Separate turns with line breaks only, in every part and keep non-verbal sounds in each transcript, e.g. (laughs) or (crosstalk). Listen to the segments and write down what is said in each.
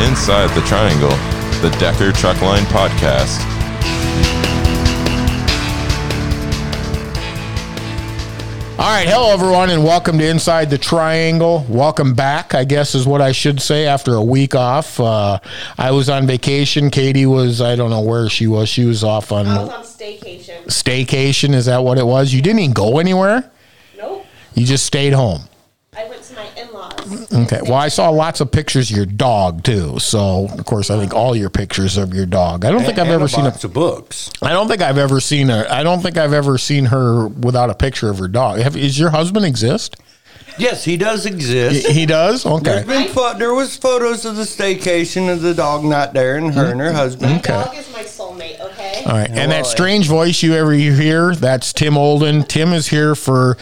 Inside the Triangle, the Decker Truckline Podcast.
All right, hello everyone, and welcome to Inside the Triangle. Welcome back, I guess is what I should say after a week off. Uh, I was on vacation. Katie was, I don't know where she was. She was off on
I was
Oh.
on staycation.
staycation. Is that what it was? You didn't even go anywhere.
Nope.
You just stayed home.
I went to my in-laws.
Okay. Well, I saw lots of pictures of your dog too. So, of course, I think all your pictures of your dog. I don't think I've
And
ever
a
seen a.
box of books.
I don't think I've ever seen a. I don't think I've ever seen her without a picture of her dog. Have, is your husband exist?
Yes, he does exist.
He does. Okay.
There's been pho- there was photos of the staycation of the dog not there and her and
Mm-hmm.
her husband.
Dog is my soulmate, okay?
All right. And that
Well,
strange voice you ever you hear, that's Tim Olden. Tim is here for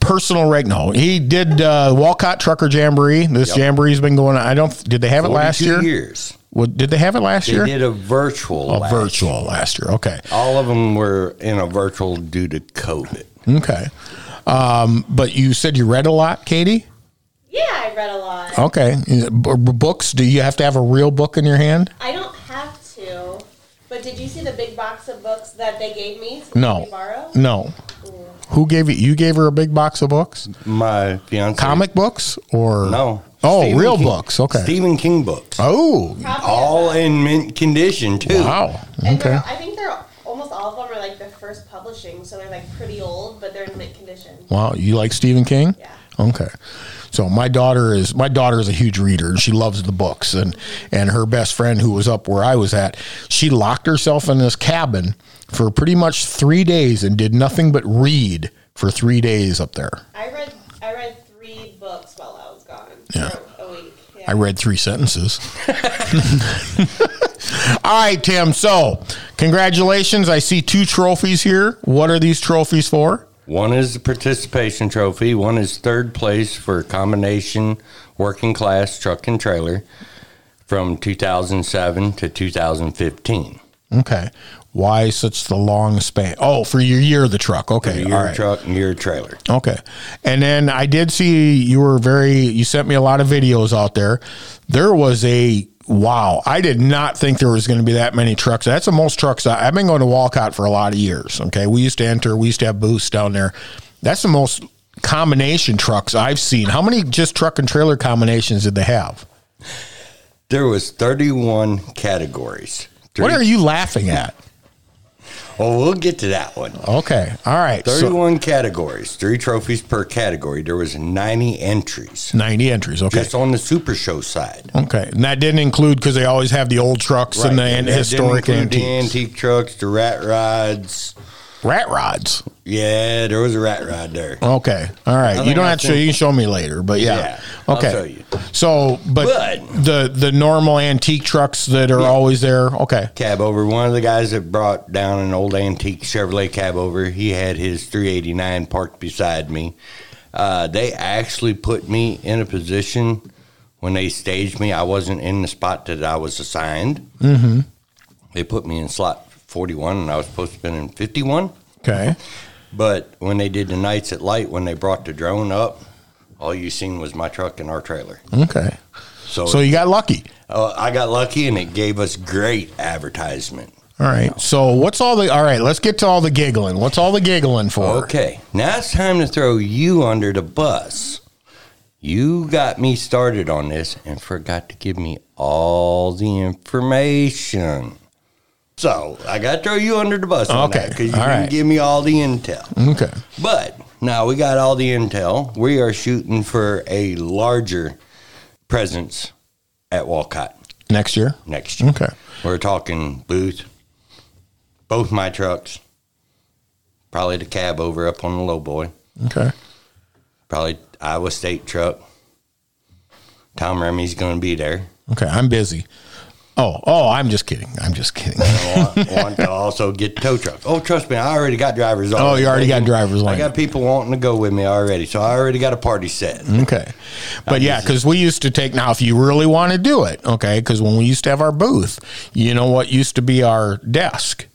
personal reg. No, he did uh, Walcott Trucker Jamboree. This jamboree's been going on. I don't, did they have it last
42
year?
years.
What, did they have it last
They
year?
did a
A
virtual. last-
virtual last year. Okay.
All of them were in a virtual due to COVID.
Okay. Um, but you said you read a lot, Katie?
Yeah, I read a lot.
Okay. B- b- books, do you have to have a real book in your hand?
I don't have to. But did you see the big box of books that they gave me?
No.
To borrow?
No. Who gave you? You gave her a big box of books?
My fiance.
Comic books or?
No.
Oh,
Stephen
real
King-
books. Okay.
Stephen King books.
Oh,
Probably
All
about-
in mint condition, too.
wow.
and
Okay.
they're- I think they're almost all of them are like the first publishing, so they're like pretty old, but they're in mint condition.
Wow. You like Stephen King?
Yeah.
Okay. So my daughter is my daughter is a huge reader and she loves the books and and her best friend who was up where I was at, she locked herself in this cabin for pretty much 3 days and did nothing but read for 3 days up there.
I read I read three books while I was gone
Yeah.
for a week. Yeah.
I read 3 sentences. (laughs) All right, Tim. So, congratulations. I see two trophies here. What are these trophies for?
One is the participation trophy. One is third place for combination working class truck and trailer from 2007 to 2015.
Okay. Why such the long span? Oh, for your year of the truck. Okay.
Year
All right.
truck and year trailer.
Okay. And then I did see you were very, you sent me a lot of videos out there. There was a, wow, I did not think there was going to be that many trucks. That's the most trucks I, I've been going to Walcott for a lot of years. Okay. We used to enter, we used to have booths down there. That's the most combination trucks I've seen. How many just truck and trailer combinations did they have?
There was 31 categories. Three-
What are you laughing at?
Oh, we'll get to that one.
Okay. All right. So
31 categories, three trophies per category. There was 90 entries
90 entries. Okay.
just on the Super Show side.
Okay, and that didn't include because they always have the old trucks and the
Right,
and
that didn't
historic
include
antiques,
the antique trucks, the rat rides.
rat rods.
Yeah, there was a rat ride there.
Okay, all right. You
think
don't
I
have to. Show,
think-
you can show me later, but yeah.
Yeah, I'll
okay.
show you.
So, but,
But-
the the normal antique trucks that are always there. Okay,
cab over. One of the guys that brought down an old antique Chevrolet cab over, he had his 389 parked beside me. Uh, they actually put me in a position when they staged me. I wasn't in the spot that I was assigned. Mm-hmm. They put me in slot 41, and I was supposed to have been in 51.
okay.
But when they did the nights at light, when they brought the drone up, all you seen was my truck and our trailer.
Okay.
So,
So you got lucky.
uh, I got lucky, and it gave us great advertisement.
All right. So what's all the? All right. Let's get to all the giggling. What's all the giggling for?
Okay, now it's time to throw you under the bus. You got me started on this and forgot to give me all the information. So I got to throw you under the bus. on
Okay,
that 'cause you
all
didn't
right.
give me all the intel.
Okay.
But now we got all the intel. We are shooting for a larger presence at Walcott
Next year.
next year.
Okay.
We're talking booth, both my trucks, probably the cab over up on the low boy,
Okay.
probably Iowa State truck. Tom Remy's going to be there.
Okay. I'm busy. Oh, oh, I'm just kidding. I'm just kidding. (laughs)
I want, want to also get tow truck. Oh, trust me, I already got drivers.
Oh, you already got drivers
I
lined
got people wanting to go with me already, so I already got a party set.
Okay. But yeah, because we used to take now, if you really want to do it, okay, because when we used to have our booth, you know what used to be our desk?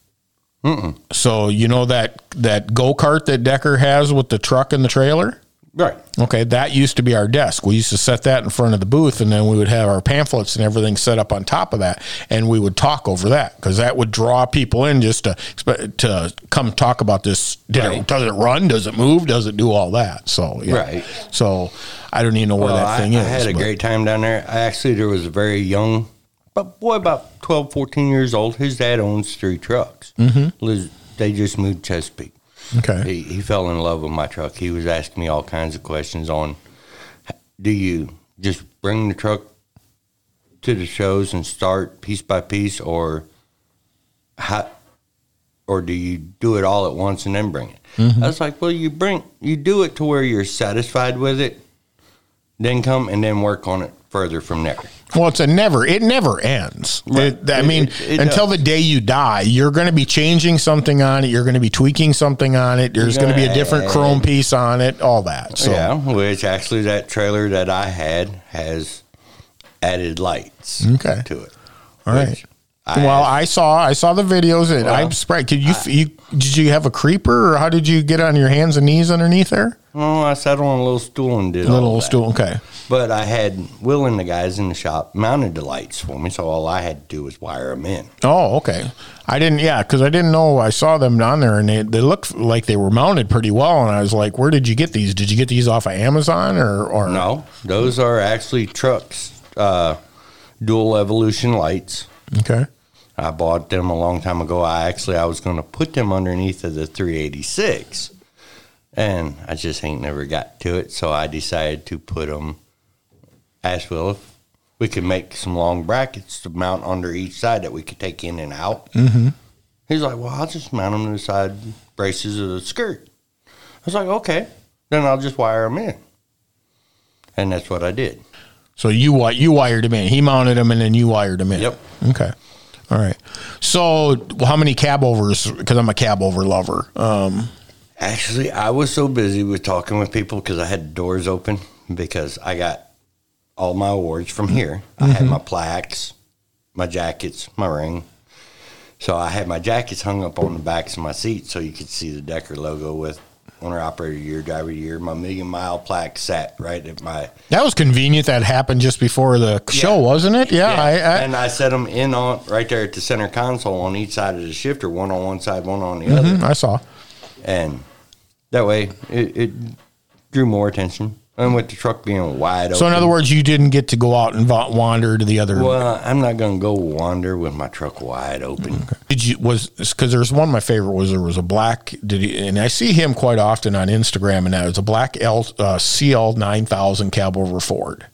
So you know that that go kart that Decker has with the truck and the trailer?
Right.
Okay, that used to be our desk. We used to set that in front of the booth, and then we would have our pamphlets and everything set up on top of that, and we would talk over that because that would draw people in just to expe- to come talk about this. Did it,
Right.
does it run? Does it move? Does it do all that? So yeah.
Right.
So I don't even know where
Well,
that
Oh, I,
thing
I
is.
had a
but-
great time down there. I actually, there was a very young, but boy, about 12, 14 years old. His dad owns three trucks. Mm-hmm. they just moved to Chesapeake.
okay.
He, he fell in love with my truck. He was asking me all kinds of questions on do you just bring the truck to the shows and start piece by piece or how or do you do it all at once and then bring it?
Mm-hmm.
I was like, well, you bring you do it to where you're satisfied with it, then come and then work on it further from there.
Well, it's a never. It never ends. It- I
It-
mean,
it- it
until
does.
the day you die, you're going to be changing something on it. You're going to be tweaking something on it. There's going to be a different
gonna
chrome
add-
piece on it. All that. So
Yeah, which actually that trailer that I had has added lights
Okay.
to it.
All right.
which
well,
asked-
I saw I saw the videos. And I'm
Well,
surprised. Did you, you did you have a creeper or how did you get on your hands and knees underneath there?
Oh, I sat on a little stool and did
A
all
little
that.
stool. Okay.
But I had Will and the guys in the shop mounted the lights for me, so all I had to do was wire them in.
Oh, okay. I didn't. Yeah, because I didn't know. I saw them down there and they they looked like they were mounted pretty well. And I was like, where did you get these? Did you get these off of Amazon or or
No, those are actually trucks, uh, dual evolution lights.
Okay.
I bought them a long time ago. I actually I was going to put them underneath of the 386, and I just ain't never got to it. So I decided to put them. Asked Will if we could make some long brackets to mount under each side that we could take in and out. Mm-hmm. He's like, "Well, I'll just mount them to the side braces of the skirt." I was like, "Okay, then I'll just wire them in," and that's what I did.
So you wi- you wired him in. He mounted him and then you wired him in.
Yep.
Okay. All right. So how many cab overs? Because I'm a cab over lover. Um,
Actually, I was so busy with talking with people because I had doors open because I got all my awards from here. I
Mm-hmm.
had my plaques, my jackets, my ring. So I had my jackets hung up on the backs of my seats so you could see the Decker logo with owner operator of the year, driver of the year. My million mile plaque sat right at my
That was convenient. That happened just before the show, wasn't it? Yeah. I, I,
and I set them in on right there at the center console on each side of the shifter, one on one side, one on the other.
mm-hmm, I saw.
and that way it, it drew more attention. And with the truck being wide open,
So in other words, you didn't get to go out and va- wander to the other.
well, I'm not gonna go wander with my truck wide open.
Did you was because there was one of my favorite was there was a black did he, and I see him quite often on Instagram and that was a black L uh, CL nine thousand cab over Ford.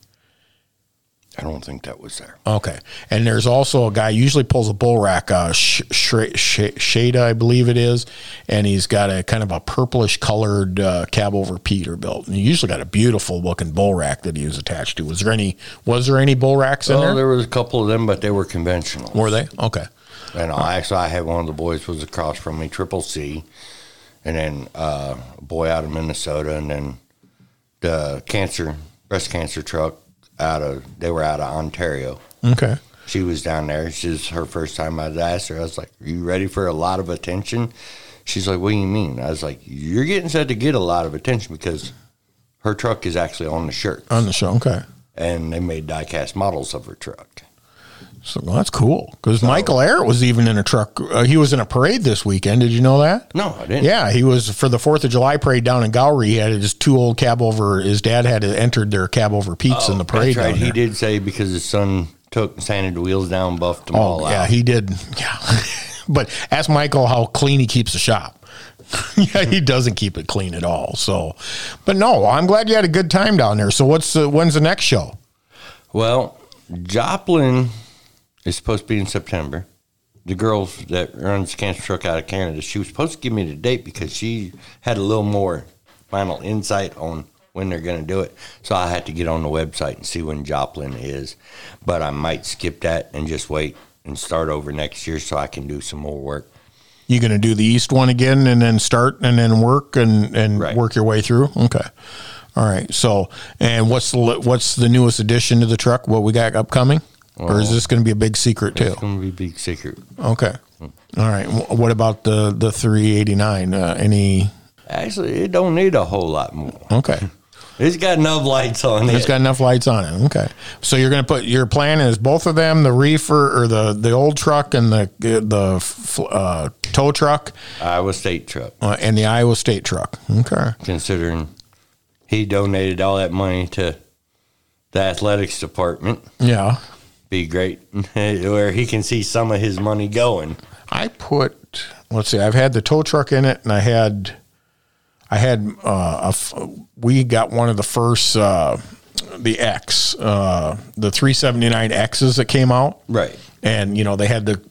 I don't think that was there.
Okay, and there's also a guy usually pulls a bull rack, uh, sh- sh- sh- Shada, I believe it is, and he's got a kind of a purplish colored uh, cab over Peterbilt, and he usually got a beautiful looking bull rack that he was attached to. Was there any was there any bull racks in
Well,
there?
Oh, there was a couple of them, but they were conventional.
Were they okay?
And
uh,
I actually, I had one of the boys was across from me, Triple C, and then uh, a boy out of Minnesota, and then the cancer breast cancer truck out of they were out of Ontario.
Okay.
she was down there. She's her first time. I asked her, I was like, Are you ready for a lot of attention? She's like, What do you mean? I was like, You're getting set to get a lot of attention because her truck is actually on the shirt
On the show. Okay.
and they made die cast models of her truck.
So well, that's cool because Michael Air was even in a truck. Uh, he was in a parade this weekend. Did you know that?
No, I didn't.
Yeah, he was for the Fourth of July parade down in Gowrie. He had his two old cab over. His dad had entered their cab over Pete's in the parade.
Oh, That's right.
down
He
there.
did say because his son took and sanded the wheels down, buffed them all
Oh
out.
yeah, he did. Yeah, (laughs) but ask Michael how clean he keeps the shop. (laughs) yeah, he doesn't keep it clean at all. So, but no, I'm glad you had a good time down there. So what's the, when's the next show?
Well, Joplin is supposed to be in September. The girl that runs the cancer truck out of Canada, she was supposed to give me the date because she had a little more final insight on when they're going to do it. So I had to get on the website and see when Joplin is. But I might skip that and just wait and start over next year so I can do some more work.
You going to do the East one again and then start and then work and, and
Right.
work your way through? Okay. All right. So, and what's the, li- what's the newest addition to the truck? What we got upcoming? or is this going to be a big secret too?
Oh. It's going to be big secret.
Okay. All right. Wh- What about the, the 389? Uh, any,
Actually, it don't need a whole lot more.
okay.
It's got enough lights on it.
It's got enough lights on it. Okay. So you're going to put your plan is both of them, the reefer or the the old truck and the the f- uh, tow truck
Iowa State truck.
uh, and the Iowa State truck. Okay.
Considering he donated all that money to the athletics department,
Yeah.
be great (laughs) where he can see some of his money going.
I put let's see. I've had the tow truck in it, and I had I had uh, a f- we got one of the first uh, the X uh, the three seventy nine X's that came out,
Right.
and you know they had the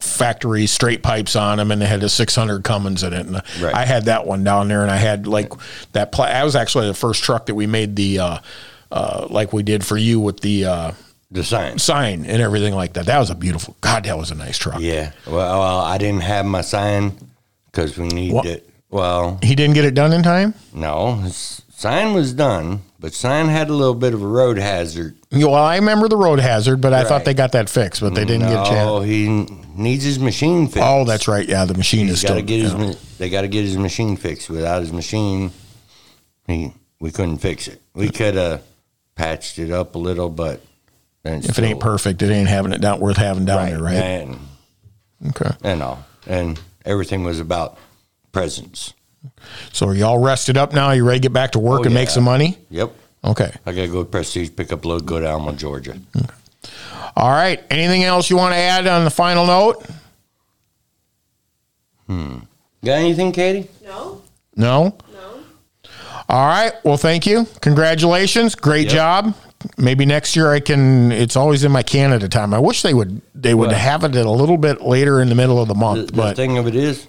factory straight pipes on them and they had a 600 cummins in it and
Right.
i had that one down there and i had like that pla- i was actually the first truck that we made the uh uh like we did for you with the uh
The sign.
sign and everything like that that was a beautiful god that was a nice truck
Yeah. Well, well, I didn't have my sign because we need
What?
it. Well,
he didn't get it done in time
no, his sign was done, but sign had a little bit of a road hazard.
Yeah, Well, I remember the road hazard, but I thought
Right.
they got that fixed, but they didn't get a chance.
Oh, he needs his machine fixed.
Oh, that's right. Yeah, the machine is
He's got
still.
to get his.
yeah.
ma- They got to get his machine fixed. Without his machine, he we couldn't fix it. We could have patched it up a little, but
if it ain't perfect, it ain't having it not worth having down there, right?
And
Okay.
and all and everything was about presents.
So are y'all rested up now? You ready to get back to work
Oh,
and make
yeah.
some money?
Yep,
Okay.
I gotta go prestige pick up load, go to Alma, Georgia.
All right. Anything else you want to add on the final note?
Got anything, Katie?
No,
No.
no.
All right. Well, thank you. Congratulations. Great
Yep.
job. Maybe next year I can. It's always in my Canada time. I wish they would. They would
Well-
have it a little bit later in the middle of the
The,
month.
the
but
thing of it is,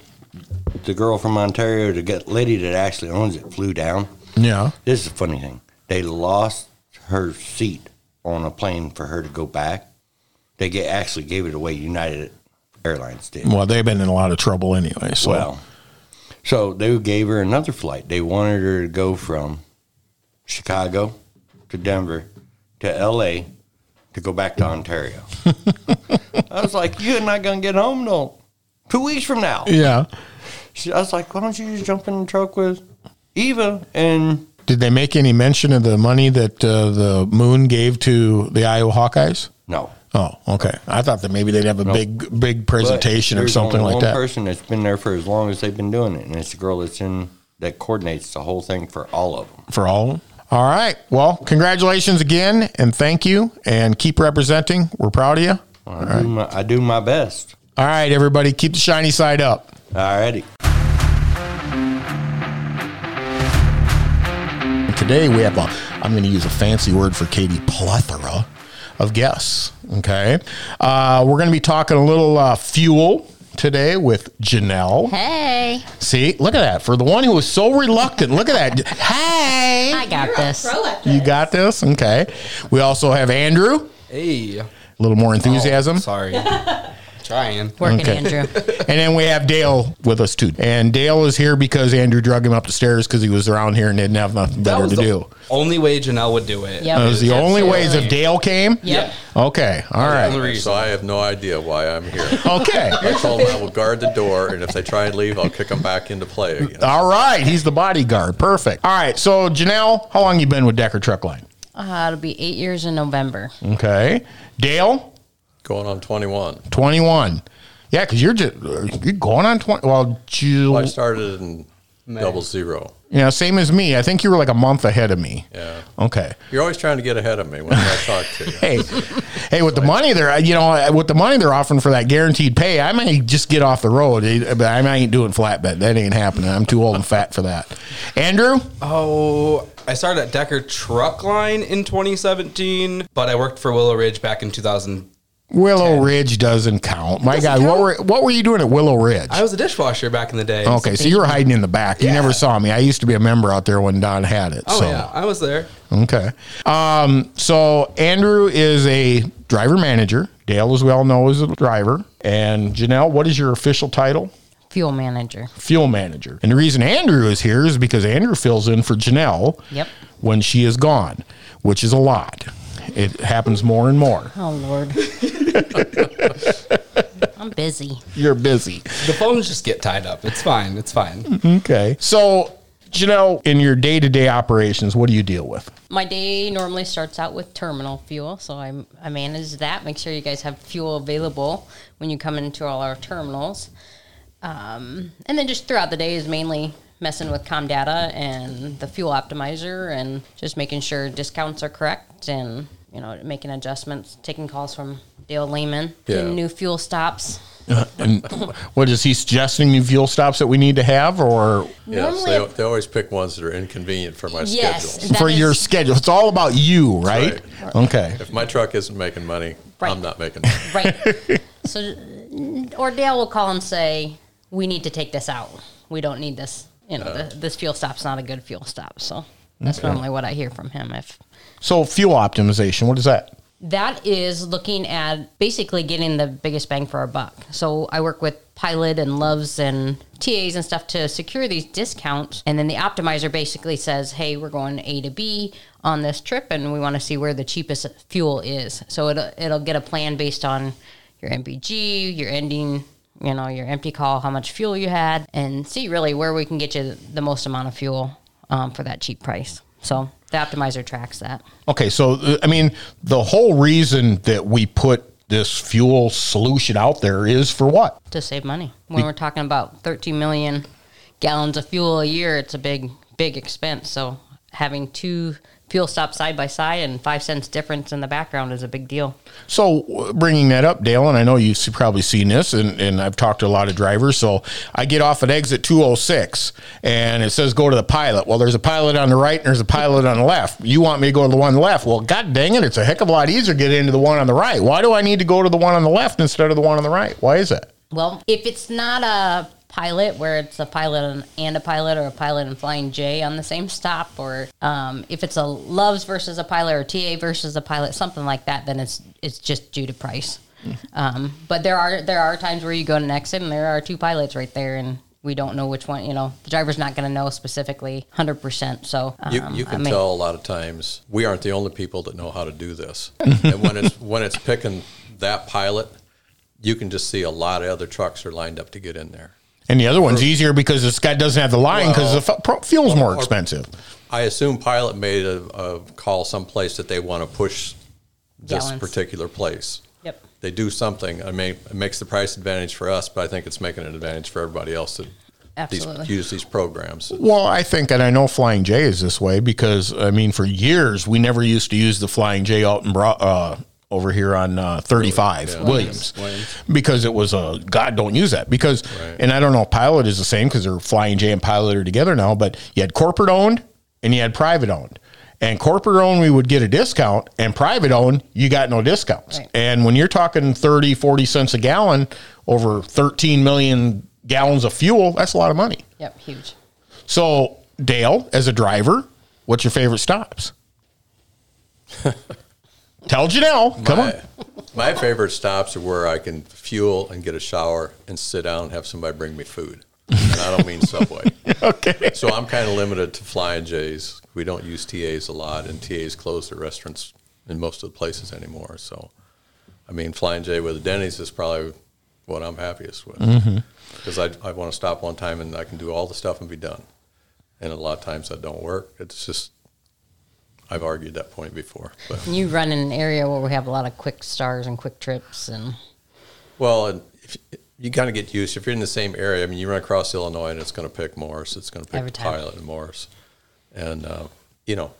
the girl from Ontario, the get- lady that actually owns it, flew down.
yeah.
This is a funny thing. They lost her seat on a plane for her to go back. They get, actually gave it away. United Airlines did.
Well, they've been in a lot of trouble anyway. So.
Well, so they gave her another flight. They wanted her to go from Chicago to Denver to L.A. to go back to
(laughs)
Ontario. I was like, "You're not gonna get home till two weeks from now."
Yeah.
She, I was like, "Why don't you just jump in the truck with Eva and
Did they make any mention of the money that uh, the moon gave to the Iowa Hawkeyes?
no?"
Oh, okay. I thought that maybe they'd have a big, big
But
presentation or
there's
something
only
like
one
that.
person that's been there for as long as they've been doing it, and it's the girl that's in that coordinates the whole thing for all of them.
for all of them. All right. Well, congratulations again, and thank you, and keep representing. We're proud of you.
I, do, my, I do my best.
All right, everybody, keep the shiny side up.
All righty.
Today we have a, I'm going to use a fancy word for Katie, plethora of guests. Okay. Uh, we're going to be talking a little uh, fuel today with Janelle.
Hey,
See, look at that. For the one who was so reluctant, look at that. Hey.
I got
You're
this.
a pro at
You
this.
got this? Okay. We also have Andrew.
Hey. Oh,
A little more enthusiasm.
Sorry. Trying.
Working,
Okay.
Andrew.
And then we have Dale with us too. And Dale is here because Andrew drug him up the stairs because he was around here and didn't have nothing better to
the
do.
only way Janelle would do it.
Yep.
That was the only ways if
Absolutely.
Dale came.
Yep.
Okay. All
Only
right.
So
reason.
I have no idea why I'm here.
Okay.
I told them I will guard the door, and if they try and leave, I'll kick them back into play again.
All right. He's the bodyguard. Perfect. All right. So Janelle, how long you been with Decker Truck Line?
Uh, it'll be eight years in November.
Okay. Dale,
Going on 21.
twenty one. Yeah, because you're just you're going on twenty. Well, you
I started in double zero.
yeah, same as me. I think you were like a month ahead of me.
Yeah.
Okay.
You're always trying to get ahead of me when I talk
(laughs)
to you.
hey, (laughs) hey, with the money they're uh, you know with the money they're offering for that guaranteed pay, I might just get off the road. Eh, But I ain't doing flatbed. That ain't happening. I'm too old and fat for that. Andrew,
Oh, I started at Decker Truck Line in 2017, but I worked for Willow Ridge back in 2000.
Willow Ridge doesn't count. My God,
doesn't
what
count?
were what were you doing at Willow Ridge?
I was a dishwasher back in the day.
okay, so you were hiding in the back. You never saw me. I used to be a member out there when Don had it.
Oh,
so
yeah. I was there.
okay. Um, so Andrew is a driver manager. Dale, as we all know, is a driver. And Janelle, what is your official title?
Fuel manager.
fuel manager. And the reason Andrew is here is because Andrew fills in for Janelle
Yep.
when she is gone, which is a lot. It happens more and more.
Oh, Lord. I'm busy.
You're busy.
The phones just get tied up. It's fine. It's fine.
Okay. So Janelle, in your day to day operations, what do you deal with?
My day normally starts out with terminal fuel, so I, I manage that. Make sure you guys have fuel available when you come into all our terminals. Um, and then just throughout the day is mainly messing with Comdata and the fuel optimizer and just making sure discounts are correct and you know making adjustments, taking calls from Dale Lehman,
Yeah.
getting new fuel stops.
And what is he suggesting new fuel stops that we need to have or
Yeah, so
Normally
they,
I-
they always pick ones that are inconvenient for my
Yes.
schedule.
That
for your
is-
schedule? It's all about you, right? Okay.
If my truck isn't making money,
Right.
I'm not making money.
Right. so, or Dale will call and say, "We need to take this out. We don't need this. You know, th- this fuel stop's not a good fuel stop." So that's normally what I hear from him. If
So fuel optimization, what is that?
that is looking at basically getting the biggest bang for our buck. So I work with Pilot and Loves and TAs and stuff to secure these discounts. And then the optimizer basically says, hey, we're going A to B on this trip and we want to see where the cheapest fuel is. So it'll, it'll get a plan based on your MPG, your ending, you know, your empty call, how much fuel you had, and see really where we can get you the most amount of fuel um, for that cheap price. So the optimizer tracks that.
Okay, so uh, I mean, the whole reason that we put this fuel solution out there is for what?
to save money. When we're talking about 13 million gallons of fuel a year, it's a big, big expense. So having two fuel stops side by side and five cents difference in the background is a big deal.
So w- bringing that up, Dale, and I know you've s- probably seen this, and, and I've talked to a lot of drivers. So I get off at exit 206, and it says go to the pilot. Well, there's a pilot on the right, and there's a pilot on the left. You want me to go to the one left? Well, god dang it, it's a heck of a lot easier to get into the one on the right. Why do I need to go to the one on the left instead of the one on the right? Why is that?
Well, if it's not a pilot where it's a pilot and- and a pilot or a pilot and flying J on the same stop, or um, if it's a Loves versus a pilot or TA versus a pilot, something like that, then it's it's just due to price. Um, but there are there are times where you go to an exit and there are two pilots right there and. We don't know which one, you know, the driver's not going to know specifically 100%. So,
You,
um,
you
I
can
mean-
tell a lot of times we aren't the only people that know how to
(laughs)
do this. and when it's when it's picking that pilot, you can just see a lot of other trucks are lined up to get in there.
And the other one's easier because this guy doesn't have the line because the fu- pro- fuel's more
or-
expensive.
I assume pilot made a, a call someplace that they want to push this
Gallons.
particular place.
Yep.
They do something. I mean, it makes the price advantage for us, but I think it's making an advantage for everybody else that
Absolutely.
These, use these programs.
Well, I think, and I know Flying J is this way because I mean, for years we never used to use the Flying J out in Bro- uh, over here on uh, 35 Williams, because it was a God don't use that because, and I don't know if Pilot is the same because they're Flying J and Pilot are together now, but you had corporate owned and you had private owned. And corporate owned, we would get a discount, and private owned, you got no discounts.
Right.
And when you're talking 30, 40 cents a gallon over 13 million gallons of fuel, that's a lot of money.
Yep, huge.
So, Dale, as a driver, what's your favorite stops? Tell Janelle. Come on.
My, my favorite stops are where I can fuel and get a shower and sit down and have somebody bring me food. And I don't mean Subway.
(laughs) Okay.
So I'm kind of limited to flying J's. We don't use TAs a lot, and TAs close their restaurants in most of the places anymore. So, I mean, flying J with a Denny's is probably what I'm happiest with
Mm-hmm.
because I, I want to stop one time and I can do all the stuff and be done. And a lot of times that don't work. It's just I've argued that point before. But.
You run in an area where we have a lot of quick stars and quick trips and
Well, and if, you kind of get used. If you're in the same area, I mean, you run across Illinois, and it's going to pick Morris. It's going to
Every
pick
time.
Pilot and Morris, and uh, you know,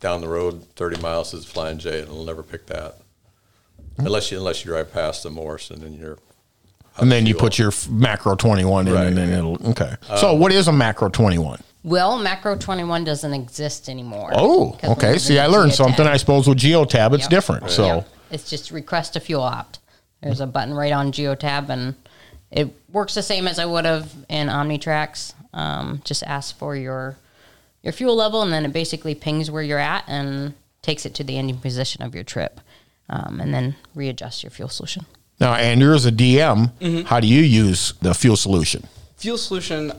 down the road, 30 miles is Flying J, and it'll never pick that unless you unless you drive past the Morris, and then you're
And then you put your f- macro 21 in
Right.
and then it'll. Okay. so, what is a macro 21?
Well, Macro 21 doesn't exist anymore.
Oh,
Because we
okay.
moved
See, I
into
learned
Geotab.
something. I suppose with Geotab, it's
Yep.
different. So,
Yep. it's just request a fuel opt. There's a button right on Geotab, and it works the same as I would have in OmniTrax. Um, just ask for your your fuel level, and then it basically pings where you're at and takes it to the ending position of your trip, um, and then readjust your fuel solution.
now, Andrew, as a DM, how do you use the fuel solution?
Fuel solution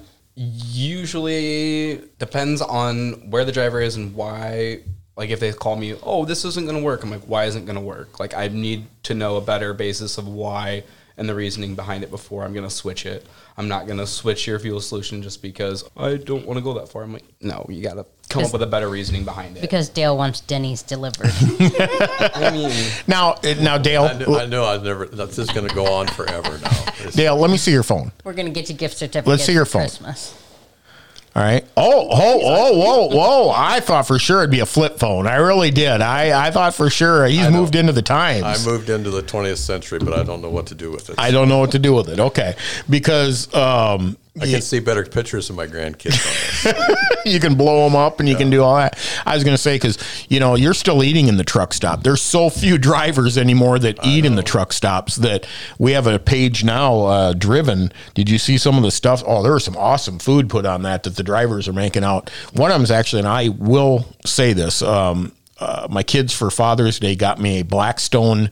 usually depends on where the driver is and why. Like if they call me, oh, this isn't going to work. I'm like, why isn't it going to work? Like I need to know a better basis of why, and the reasoning behind it before I'm going to switch it. I'm not going to switch your fuel solution just because I don't want to go that far. I'm like, no, you got to come up with a better reasoning behind it.
Because Dale wants
(laughs)
Denny's delivered.
I mean,
Now, eh, now, Dale,
I know, I know I've never, this is going to go on forever now. It's-
Dale, let me see your phone.
We're gonna get you gift certificates.
see your
for
phone.
Christmas.
All right. Oh, oh, oh, whoa, whoa! I thought for sure it'd be a flip phone. I really did. I, I thought for sure he's
know.
moved into the times.
I moved into the 20th century, but I don't know what to do with it.
I don't know what to do with it. Okay, because um,
I can see better pictures of my grandkids on this.
(laughs) you can blow them up and you can do all that. I was going to say because you know you're still eating in the truck stop. There's so few drivers anymore that eat in the truck stops that we have a page now. Uh, driven. Did you see some of the stuff? Oh, there was some awesome food put on that that the drivers are making out. One of them is actually, and I will say this. Um, uh, my kids for Father's Day got me a Blackstone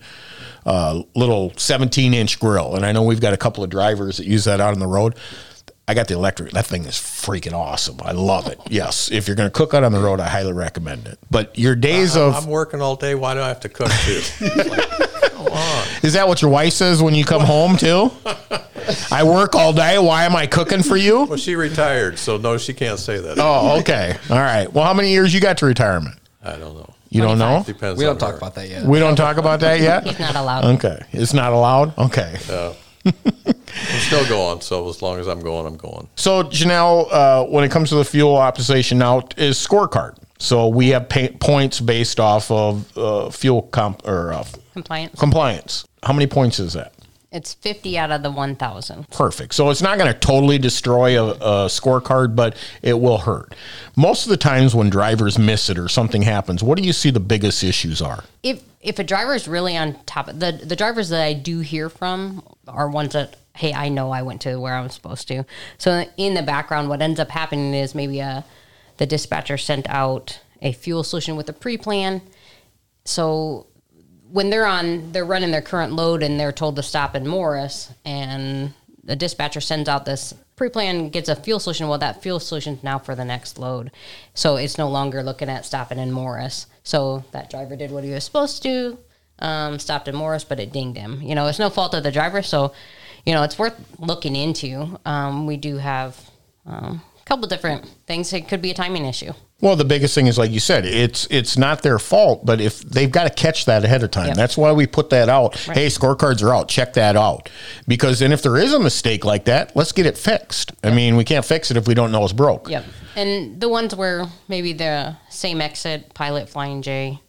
uh, little 17 inch grill. And I know we've got a couple of drivers that use that out on the road. I got the electric. That thing is freaking awesome. I love it. Yes. If you're going to cook out on the road, I highly recommend it. But your days (laughs)
I'm
of,
working all day. Why do I have to cook
(laughs)
too? It's like, come on.
is that what your wife says when you come home too? I work all day. Why am I cooking for you?
Well, she retired, so no, she can't say that.
Oh, okay. All right. Well, how many years you got to retirement?
I don't know.
You don't know?
Depends.
we
on
don't talk
her.
about that yet.
We don't talk about that yet?
He's not allowed.
Okay. It's not allowed? Okay.
I'm still going, so as long as I'm going, I'm going.
So Janelle, uh, when it comes to the fuel optimization now is scorecard. So we have pay- points based off of uh, fuel comp or uh,
Compliance.
compliance. How many points is that?
It's fifty out of the one thousand.
Perfect. So it's not going to totally destroy a, a scorecard, but it will hurt. Most of the times when drivers miss it or something happens, what do you see the biggest issues are?
If if a driver is really on top of the the drivers that I do hear from are ones that hey I know I went to where I'm supposed to. So in the background, what ends up happening is maybe a the dispatcher sent out a fuel solution with a pre plan. So when they're on they're running their current load and they're told to stop in Morris and the dispatcher sends out this pre-plan gets a fuel solution well that fuel solution's now for the next load so it's no longer looking at stopping in Morris so that driver did what he was supposed to um, stopped in Morris but it dinged him you know it's no fault of the driver so you know it's worth looking into um, we do have um, a couple different things it could be a timing issue
Well, the biggest thing is like you said, it's it's not their fault, but if they've got to catch that ahead of time.
Yep.
That's why we put that out. Hey, scorecards are out. Check that out. Because then if there is a mistake like that, let's get it fixed. I mean, we can't fix it if we don't know it's broke.
Yep. And the ones where maybe the same exit, pilot, flying J,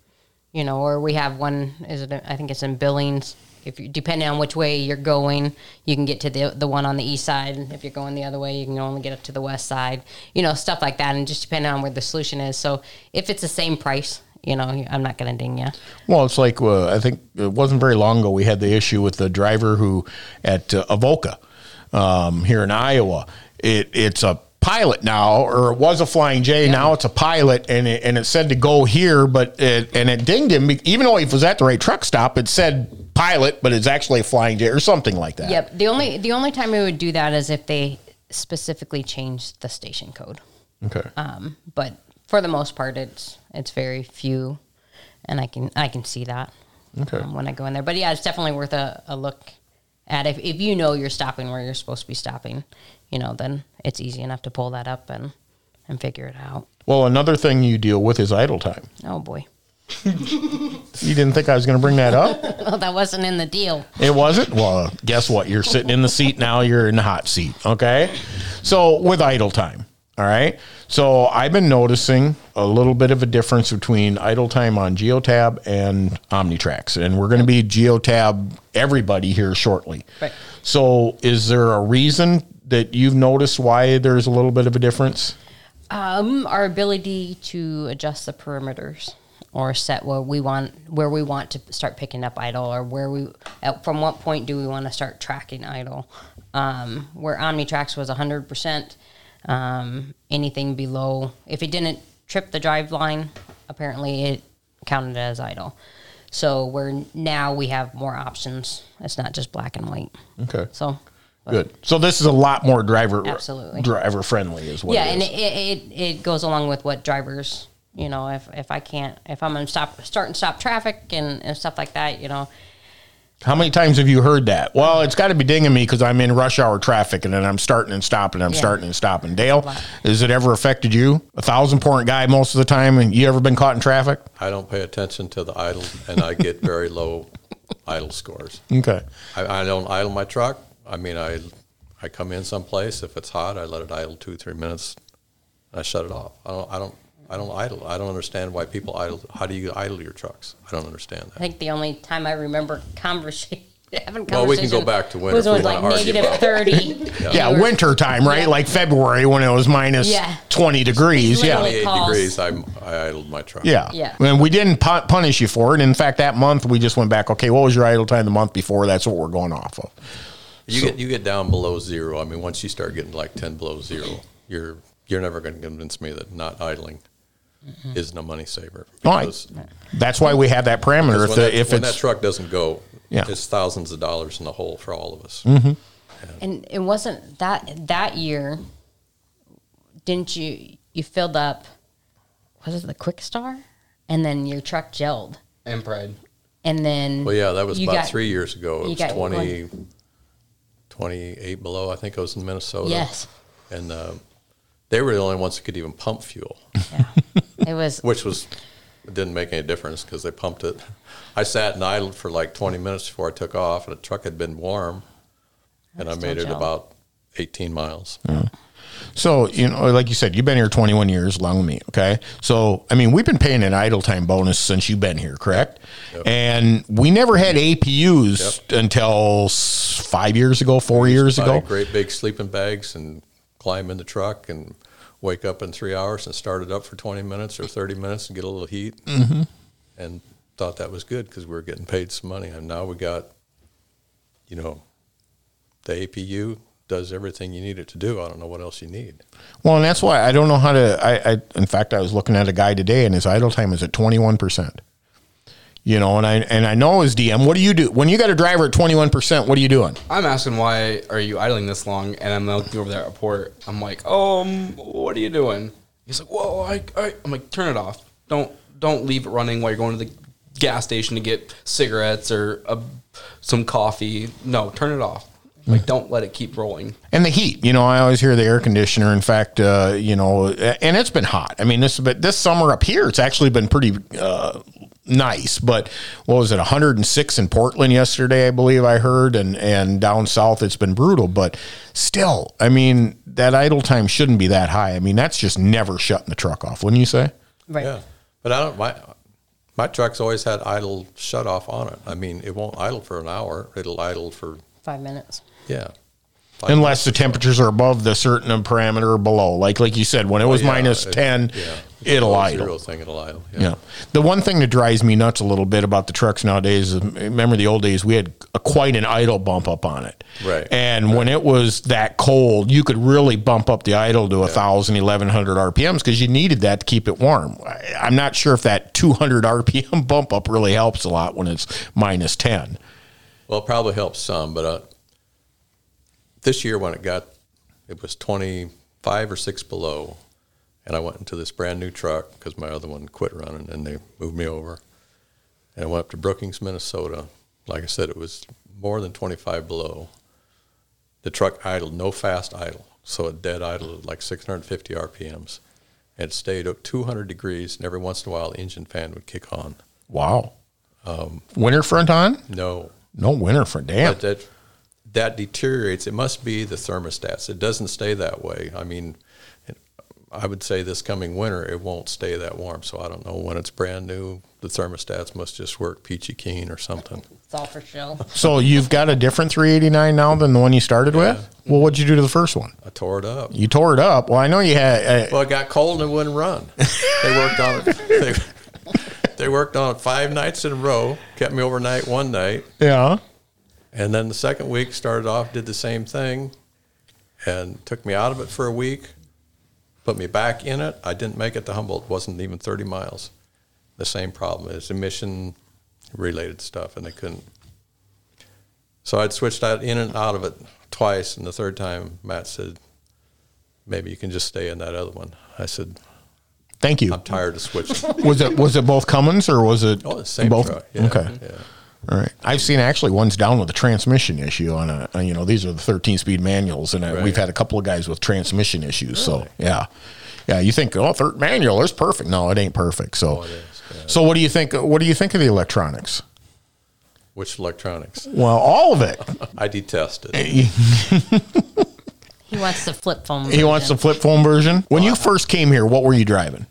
you know, or we have one. Is it? I think it's in Billings. If you depending on which way you're going, you can get to the the one on the east side. And if you're going the other way, you can only get up to the west side. You know, stuff like that, and just depending on where the solution is. So if it's the same price, you know, I'm not gonna ding you.
Well, it's like uh, I think it wasn't very long ago we had the issue with the driver who at uh, Avoca um, here in Iowa. It it's a pilot now, or it was a Flying J. Now it's a pilot, and it, and it said to go here, but it, and it dinged him, be- even though he was at the right truck stop. It said pilot, but it's actually a Flying J or something like that.
Yep. The only the only time we would do that is if they specifically changed the station code.
Okay.
but for the most part, it's it's very few, and I can I can see that
Okay.
um, when I go in there. But yeah, it's definitely worth a, a look at if if you know you're stopping where you're supposed to be stopping, you know, then it's easy enough to pull that up and and figure it out.
Well, another thing you deal with is idle time.
Oh boy, (laughs)
You didn't think I was going to bring that up?
well that wasn't in the deal.
It wasn't? Well, guess what? You're sitting in the seat now, you're in the hot seat. Okay. So, with idle time, all right. So, I've been noticing a little bit of a difference between idle time on Geotab and Omnitrax. And we're going to be Geotab everybody here shortly.
Right.
So, is there a reason that you've noticed why there's a little bit of a difference?
Um, our ability to adjust the perimeters or set where we want where we want to start picking up idle or where we at, from what point do we want to start tracking idle um, where omnitrax was 100% um, anything below if it didn't trip the drive line apparently it counted as idle so we're now we have more options it's not just black and white
Okay.
so but-
Good. So, this is a lot more driver
Absolutely.
driver friendly as well.
yeah, and it, it, it it goes along with what drivers, you know, if if I can't, if I'm in stop, start and stop traffic and, and stuff like that, you know,
How many times have you heard that? Well, it's got to be dinging me because I'm in rush hour traffic and then I'm starting and stopping. I'm
Yeah.
starting and stopping. Dale, has it ever affected you? A thousand point guy most of the time, and you ever been caught in traffic?
I don't pay attention to the idle, and I get very low idle scores.
Okay.
I, I don't idle my truck. I mean, I I come in someplace. If it's hot, I let it idle two, three minutes. I shut it off. I don't. I don't. I don't idle. I don't understand why people idle. How do you idle your trucks? I don't understand
I
that.
think the only time I remember (laughs) conversation having
Well, we can
conversation
go back to winter
was
if
when it
we
was like
wanna argue
negative
about-
thirty.
(laughs)
(laughs) and
Yeah,
you were-
winter time, right?
Yeah.
Like February when it was minus
Yeah.
20 degrees. Yeah.
Literally.
Eight
Calls.
degrees. I I idled my truck.
Yeah.
Yeah.
And we didn't pu- punish you for it. In fact, that month we just went back, okay, what was your idle time the month before? That's what we're going off of.
You get you get down below zero. I mean, once you start getting like ten below zero, you're you're never going to convince me that not idling isn't a money saver.
All Mm-hmm. right.
Because-
That's why we have that parameter. If,
Because
the,
when, that,
if
when
it's
that truck doesn't go,
Yeah. Mm-hmm.
it's thousands of dollars in the hole for all of us.
and it wasn't that that year. Didn't you you filled up? Was it the Quick Star? And then your truck gelled,
And pride.
and then
Well, yeah, that was
you
about
got-
three years ago. It
you
was
got
20, 28 below. I think I was in Minnesota.
Yes,
And uh, they were the only ones that could even pump fuel,
it
(laughs)
was.
which was it didn't make any difference because they pumped it. I sat and idled for like 20 minutes before I took off, and the truck had been warm, and I
still
made it
gel.
about 18 miles.
so, you know, like you said, you've been here 21 years, long me. Okay. So, I mean, we've been paying an idle time bonus since you've been here, correct? And we never had APUs until s- five years ago, four years
Buy
ago.
Great big sleeping bags and climb in the truck and wake up in three hours and start it up for 20 minutes or 30 minutes and get a little heat. And thought that was good because we were getting paid some money. And now we got, you know, the APU does everything you need it to do. I don't know what else you need.
Well, and that's why I don't know how to. I, I in fact, I was looking at a guy today, and his idle time is at twenty one percent. You know, and I and I know as DM, what do you do when you got a driver at twenty one percent? What are you doing?
I'm asking why are you idling this long? And I'm looking over that report. I'm like, um, what are you doing? He's like, whoa, I, I, I'm like, turn it off. Don't, don't leave it running while you're going to the gas station to get cigarettes or a, some coffee. No, turn it off.
Hmm.
Like, don't let it keep rolling.
And the heat, you know, I always hear the air conditioner. In fact, uh, you know, and it's been hot. I mean, this but this summer up here, it's actually been pretty uh, nice. But what was it, 106 in Portland yesterday, I believe I heard, and and down south it's been brutal. But still, I mean, that idle time shouldn't be that high. I mean, that's just never shutting the truck off, wouldn't you say?
Right.
Yeah. But I don't, my, my truck's always had idle shut off on it. I mean, it won't idle for an hour. It'll idle for,
Five minutes.
yeah.
Unless the temperatures are above the certain parameter or below, like like you said, when it was
Oh, Yeah,
minus
it-
10,
It's
it'll
a
idle.
Zero thing, it'll idle.
Yeah. The one thing that drives me nuts a little bit about the trucks nowadays is remember the old days we had a, quite an idle bump up on it.
Right.
And when it was that cold, you could really bump up the idle to a 1,000, 1,100 RPMs because you needed that to keep it warm. I, I'm not sure if that 200 RPM (laughs) bump up really helps a lot when it's minus 10.
Well, it probably helps some, but uh, this year when it got, it was 25 or 6 below, and I went into this brand new truck because my other one quit running and they moved me over. And I went up to Brookings, Minnesota. Like I said, it was more than 25 below. The truck idled, no fast idle. So it dead idled at like 650 RPMs. And it stayed at 200 degrees, and every once in a while the engine fan would kick on.
Wow. winter front on?
No,
No winter front. Damn.
Um, but that that deteriorates. It must be the thermostats. It doesn't stay that way. I mean, it, I would say this coming winter it won't stay that warm. So I don't know when it's brand new. The thermostats must just work peachy keen or something.
It's all for show.
So you've got a different 389 now than the one you started with? Well, what'd you do to the first one?
I tore it up.
You tore it up. Well, I know you had. Uh,
Well, it got cold and it wouldn't run. They worked on it. They, they worked on it five nights in a row. Kept me overnight one night.
yeah.
And then the second week started off, did the same thing, and took me out of it for a week, put me back in it. I didn't make it to Humboldt, wasn't even 30 miles. The same problem is emission related stuff, and they couldn't. So I'd switched out in and out of it twice, and the third time Matt said, Maybe you can just stay in that other one. I said,
Thank you.
I'm tired of switching.
(laughs) Was it was it both Cummins or was it
Oh, the same
both?
truck. Yeah,
Okay.
Yeah.
All right. I've seen actually ones down with a transmission issue on a, on, you know, these are the 13 speed manuals, and uh we've had a couple of guys with transmission issues. So, yeah. Yeah. You think, oh, third manual is perfect. No, it ain't perfect.
Oh,
So, so what do you think? What do you think of the electronics?
Which electronics?
Well, all of it.
I detest it.
He wants the flip phone.
He wants the
version.
flip phone version. When you first came here, what were you driving?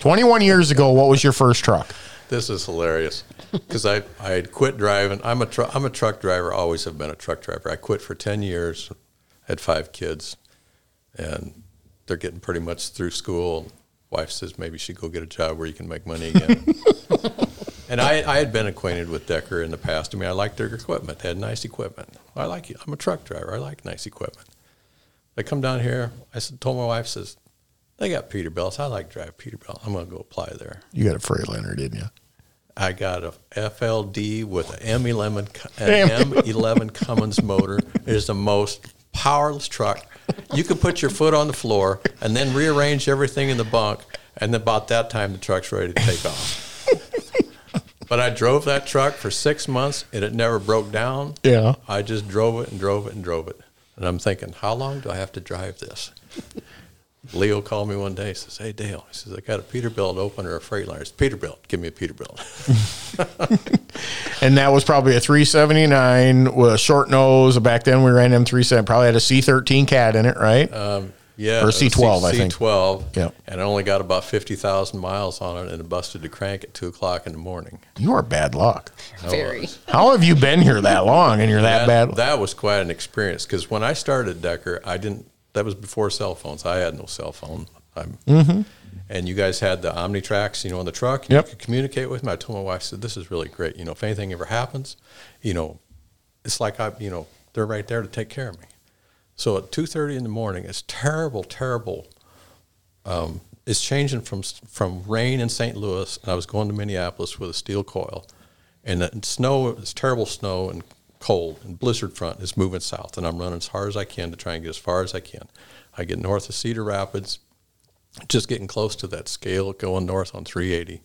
21 years ago, what was your first truck?
This is hilarious because I, I had quit driving. I'm a, tru- I'm a truck driver, always have been a truck driver. I quit for 10 years, had five kids, and they're getting pretty much through school. Wife says maybe she go get a job where you can make money again. and I, I had been acquainted with Decker in the past. I mean, I liked their equipment. They had nice equipment. I like it. I'm a truck driver. I like nice equipment. I come down here. I said, told my wife, says, they got Peterbilt's. I like drive Peterbilt. I'm going to go apply there.
You got a Freightliner, didn't you?
I got a FLD with an M11 cu-
Damn.
an
(laughs)
M11 Cummins motor. It is the most powerless truck. You could put your foot on the floor and then rearrange everything in the bunk, and about that time the truck's ready to
(laughs)
take off. but I drove that truck for six months, and it never broke down.
Yeah.
I just drove it and drove it and drove it, and I'm thinking, how long do I have to drive this? Leo called me one day. He says, "Hey Dale," he says, "I got a Peterbilt opener, a Freightliner. It's Peterbilt. Give me a Peterbilt."
And that was probably a 379 with a short nose. Back then, we ran M37. Probably had a C13 cat in it, right?
Yeah,
Or
it was
C12, I
C-
think.
C12.
Yep.
And I only got about 50,000 miles on it and it busted the crank at 2 o'clock in the morning.
you are bad luck.
Very.
How have you been here that long and you're that, bad?
That was quite an experience because when I started Decker, I didn't, that was before cell phones. I had no cell phone. I'm, And you guys had the Omnitrax, you know, on the truck. and
Yep.
You could communicate with me. I told my wife, I said, this is really great. You know, if anything ever happens, you know, it's like I, you know, they're right there to take care of me. So at 2.30 in the morning, it's terrible, terrible um, it's changing from from rain in St. Louis, and I was going to Minneapolis with a steel coil, and the snow, it's terrible snow and cold and blizzard front is moving south, and I'm running as hard as I can to try and get as far as I can. I get north of Cedar Rapids, just getting close to that scale, going north on 380.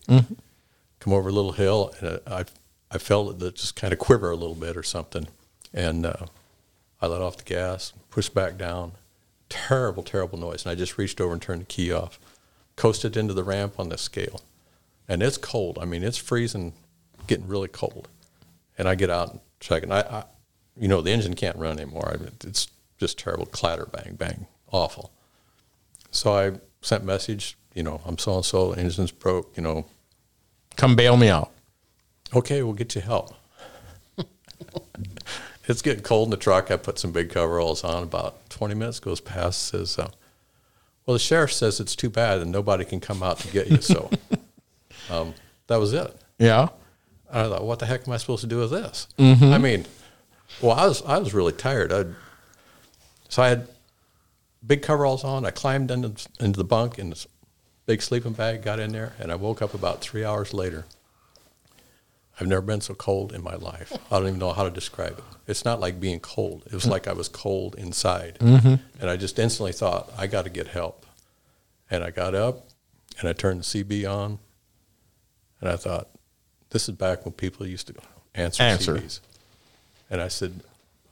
Come over a little hill, and uh, I I felt it that just kind of quiver a little bit or something, and uh, I let off the gas, pushed back down. Terrible, terrible noise. And I just reached over and turned the key off, coasted into the ramp on this scale. And it's cold. I mean, it's freezing, getting really cold. And I get out and check. And I, I you know, the engine can't run anymore. I mean, it's just terrible clatter, bang, bang, awful. So I sent message, you know, I'm so and so, engine's broke, you know,
Come bail me out.
okay, we'll get you help. (laughs) it's getting cold in the truck. I put some big coveralls on. About 20 minutes goes past, says, uh, well, the sheriff says it's too bad and nobody can come out to get you. So um, that was it.
(laughs)
Yeah.
And I thought, what the heck am I supposed to do with this? I mean, well, I was I was really tired. I so I had big coveralls on. I climbed into into the bunk in this big sleeping bag, got in there, and I woke up about three hours later. I've never been so cold in my life. I don't even know how to describe it. It's not like being cold. It was like I was cold inside, and I just instantly thought, I got to get help. And I got up, and I turned the CB on, and I thought, this is back when people used to answer,
Answer.
CBs. And I said,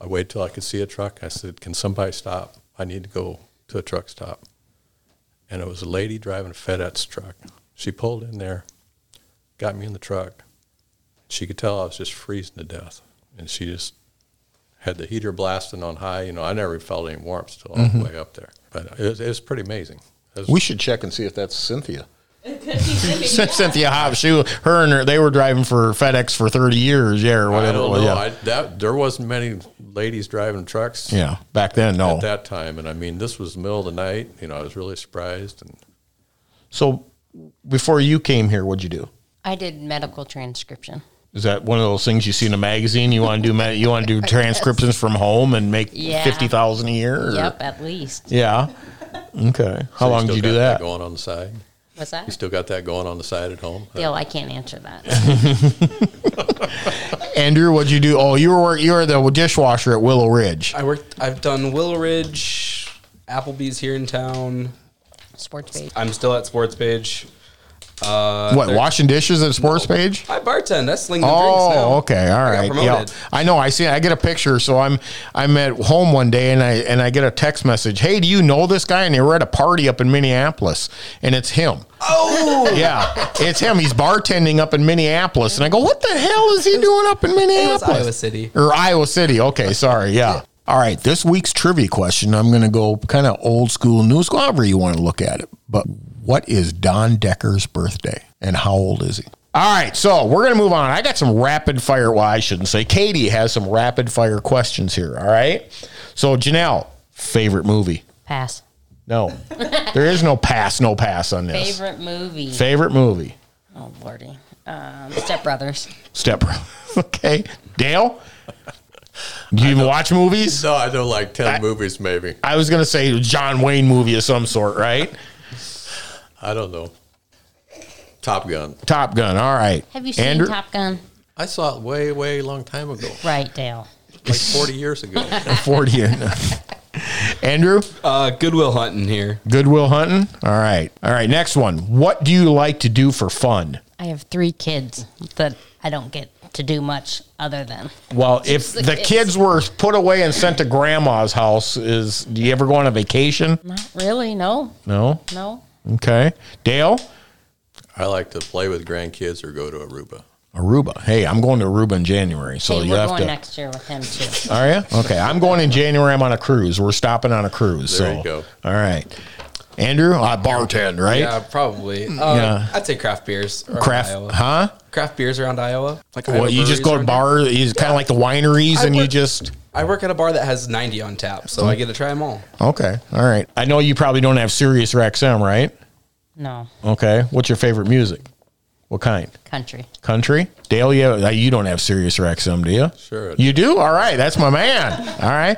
I waited till I could see a truck. I said, can somebody stop? I need to go to a truck stop. And it was a lady driving a FedEx truck. She pulled in there, got me in the truck. She could tell I was just freezing to death. And she just had the heater blasting on high. You know, I never felt any warmth till all
Mm-hmm.
the way up there. But it was, it was pretty amazing. It was-
We should check and see if that's Cynthia.
It's
Cynthia Hobbs. She, her and her, they were driving for FedEx for 30 years. Yeah. Or
I
whatever. it
don't
was,
know.
yeah.
I, that, there wasn't many ladies driving trucks.
yeah. Back then, no.
at that time. And I mean, this was the middle of the night. You know, I was really surprised. And
so before you came here, what'd you do?
I did medical transcription.
Is that one of those things you see in a magazine? You want to do ma- you want
(laughs)
to do transcriptions from home and make
Yeah.
fifty thousand a year? or-
Yep, at least.
Yeah. Okay. How
So
long did
still
you do
got
that?
Going on the side.
What's
You
that?
still got that going on the side at home.
Dale, I can't
(laughs)
answer that.
Andrew, what'd you do? Oh, you were you were the dishwasher at Willow Ridge.
I worked. I've done Willow Ridge, Applebee's here in town.
Sports page.
I'm still at Sports Page. Uh,
what washing dishes at a sports page?
I bartend. That's slinging the drinks now.
Oh, okay, all
I
right.
got
Yeah,
promoted.
I know. I see. I get a picture. So I'm I'm at home one day, and I and I get a text message. Hey, do you know this guy? And they were at a party up in Minneapolis, and it's him. Oh, yeah, it's him. He's bartending up in Minneapolis, and I go, what the hell is he doing
(laughs)
up in Minneapolis?
Iowa City.
or Iowa City. Okay, sorry. Yeah. All right. This week's trivia question. I'm going to go kind of old school, new school, however you want to look at it. But what is Don Decker's birthday, and how old is he? All right, so we're going to move on. I got some rapid fire. Well, I shouldn't say. Katie has some rapid fire questions here. All right. So Janelle, favorite movie?
Pass.
No, there is no pass. No pass on this.
Favorite movie?
Favorite movie?
oh lordy. Um, Step Brothers.
Step. okay, Dale. Do you even watch movies?
No, I know like 10 movies maybe.
I was gonna say John Wayne movie of some sort, right?
I don't know. Top Gun.
Top Gun. All right.
Have you seen
Andrew-
Top Gun?
I saw it way, way long time ago,
Right, Dale.
like 40
(laughs)
years ago.
Forty? (laughs) Andrew,
Uh, Goodwill hunting here.
Goodwill Hunting. All right. All right. Next one. What do you like to do for fun?
I have three kids that I don't get to do much other than.
Well, if
the
the
kids.
kids were put away and sent to grandma's house, is do you ever go on a vacation?
Not really. No.
No.
No.
Okay. Dale,
I like to play with grandkids or go to Aruba.
Aruba. Hey, I'm going to Aruba in January, so
hey,
you
we're
have
going
to.
next year with him too.
Are you okay? I'm going in January. I'm on a cruise. We're stopping on a cruise.
There
so
you go.
all right. Andrew, I bartend, right?
Yeah,
(laughs)
probably. Uh,
Yeah.
I'd say craft beers. around
craft,
Iowa.
huh?
Craft beers around Iowa. Like Iowa
Well, you just
breweries
go to
around
bars, you kind of like the wineries,
I
and you
would-
just
here. I work at a bar that has 90 on tap, so I get to try them all.
okay, all right. I know you probably don't have Sirius or XM, right?
No.
Okay, what's your favorite music? What kind?
Country.
Country? Dale, you, uh, you don't have Sirius or XM, do you?
Sure I do.
You do? All right, that's my man. All right,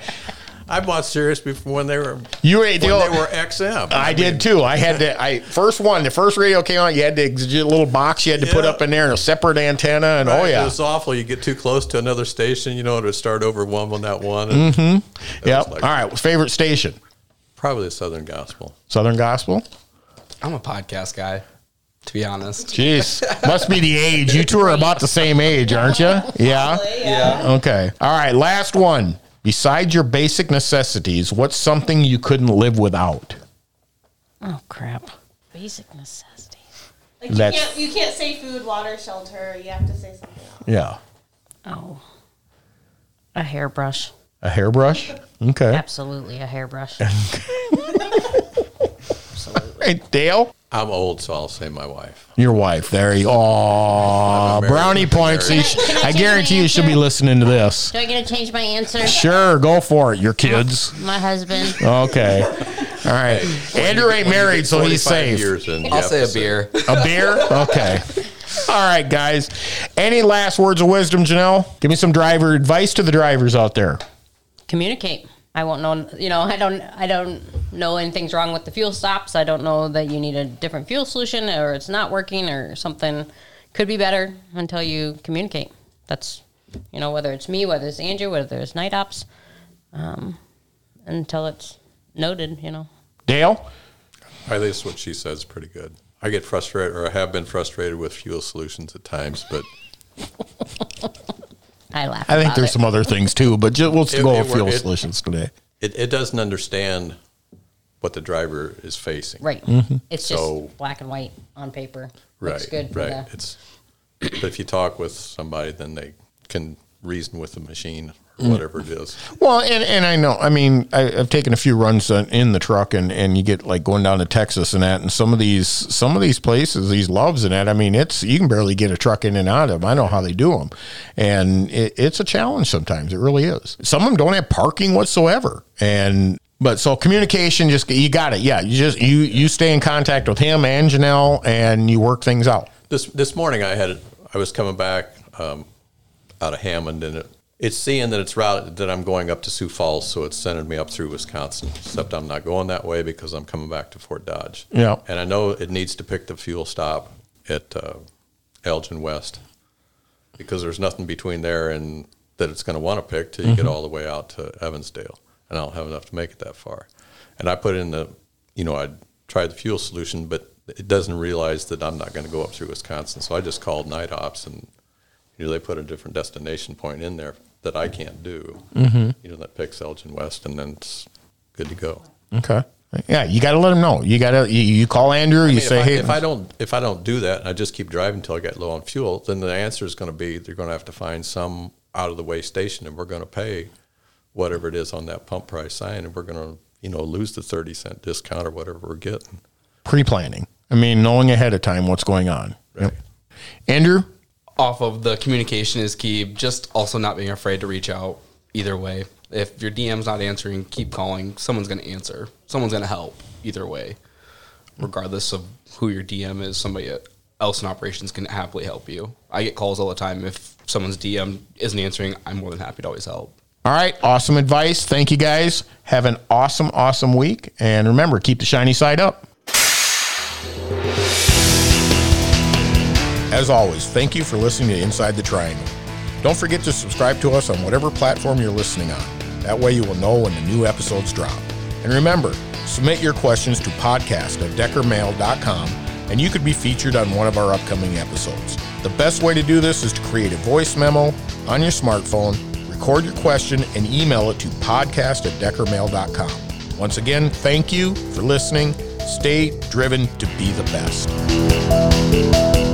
I bought Sirius before when they were
you ain't
when
Dale.
they were XM.
I did too. I had to. I first one, the first radio came on. You had to ex- a little box you had to put
Yeah.
up in there and a separate antenna, and oh
Right,
yeah,
it was awful. You get too close to another station, you know, to start over one on that one. and
Mm-hmm. yep.
like-
All right, favorite station,
Probably the Southern Gospel.
Southern Gospel.
I'm a podcast guy, to be honest.
Jeez, must be the age. You two are about the same age, aren't you? Yeah.
Yeah.
Okay. All right. Last one. Besides your basic necessities, what's something you couldn't live without?
Oh crap. Basic necessities.
Like you
That's-
can't, you can't say food, water, shelter. You have to say something else.
Yeah.
Oh. A hairbrush.
A hairbrush. Okay.
Absolutely a hairbrush.
Hey, Dale,
I'm old, so I'll say my wife.
your wife. There you. Oh,
married.
brownie points.
Married.
She- I guarantee you she'll be listening to this.
Do I get to change my answer?
Sure, go for it. Your kids.
My husband.
Okay. All right. Andrew ain't married, so he's
45
safe.
Years in, you
I'll
have
say
to
a beer. (laughs)
A beer? Okay. All right, guys. Any last words of wisdom, Janelle? Give me some driver advice to the drivers out there.
communicate. I won't know, you know, I don't, I don't know anything's wrong with the fuel stops. I don't know that you need a different fuel solution or it's not working or something could be better until you communicate. That's, you know, whether it's me, whether it's Andrew, whether it's night ops, um, until it's noted, you know.
Dale?
I think that's what she says. Pretty good. I get frustrated, or I have been frustrated with fuel solutions at times, but
I laugh.
I think
about
there's
it.
some other things too, but ju- let's
It-
go
it
with fuel
wor- it-
solutions today.
it, it doesn't understand what the driver is facing.
Right.
Mm-hmm.
It's just
So-
black and white on paper.
Right.
Looks good for
right.
the-
It's but if you talk with somebody, then they can reason with the machine,
Mm.
or whatever it is.
Well, and, and I know, I mean, I, I've taken a few runs on- in the truck, and, and you get like going down to Texas and that, and some of these some of these places, these loves and that. I mean, it's you can barely get a truck in and out of them. I know how they do them, and it, it's a challenge sometimes. It really is. Some of them don't have parking whatsoever, and but so communication, just you got it. Yeah, you just you you stay in contact with him and Janelle, and you work things out.
This this morning I had I was coming back um, out of Hammond and it, it's seeing that it's routed that I'm going up to Sioux Falls, so it's sending me up through Wisconsin. Except I'm not going that way because I'm coming back to Fort Dodge.
Yeah.
And I know it needs to pick the fuel stop at uh, Elgin West because there's nothing between there and that it's going to want to pick till you get all the way out to Evansdale, and I don't have enough to make it that far. And I put in the, you know, I tried the fuel solution, but it doesn't realize that I'm not going to go up through Wisconsin. So I just called night ops and, you know, they put a different destination point in there that I can't do. Mm-hmm. You know, that picks Elgin West and then it's good to go.
Okay. Yeah, you got to let them know. You got to you, you call Andrew. you
I mean,
say,
if, I,
hey,
if I don't if I don't do that and I just keep driving until I get low on fuel, then the answer is going to be they're going to have to find some out of the way station, and we're going to pay whatever it is on that pump price sign, and we're going to you know lose the thirty cent discount or whatever we're getting.
pre-planning. I mean, knowing ahead of time what's going on. Yep. Andrew,
off of the communication is key. Just also not being afraid to reach out either way. If your DM's not answering, keep calling. Someone's going to answer. Someone's going to help either way, regardless of who your DM is. Somebody else in operations can happily help you. I get calls all the time. If someone's DM isn't answering, I'm more than happy to always help.
all right, awesome advice. Thank you guys. Have an awesome, awesome week. And remember, keep the shiny side up. As always, thank you for listening to Inside the Triangle. Don't forget to subscribe to us on whatever platform you're listening on. That way you will know when the new episodes drop. And remember, submit your questions to podcast at deckermail.com and you could be featured on one of our upcoming episodes. The best way to do this is to create a voice memo on your smartphone, record your question, and email it to podcast at deckermail.com. Once again, thank you for listening. Stay driven to be the best.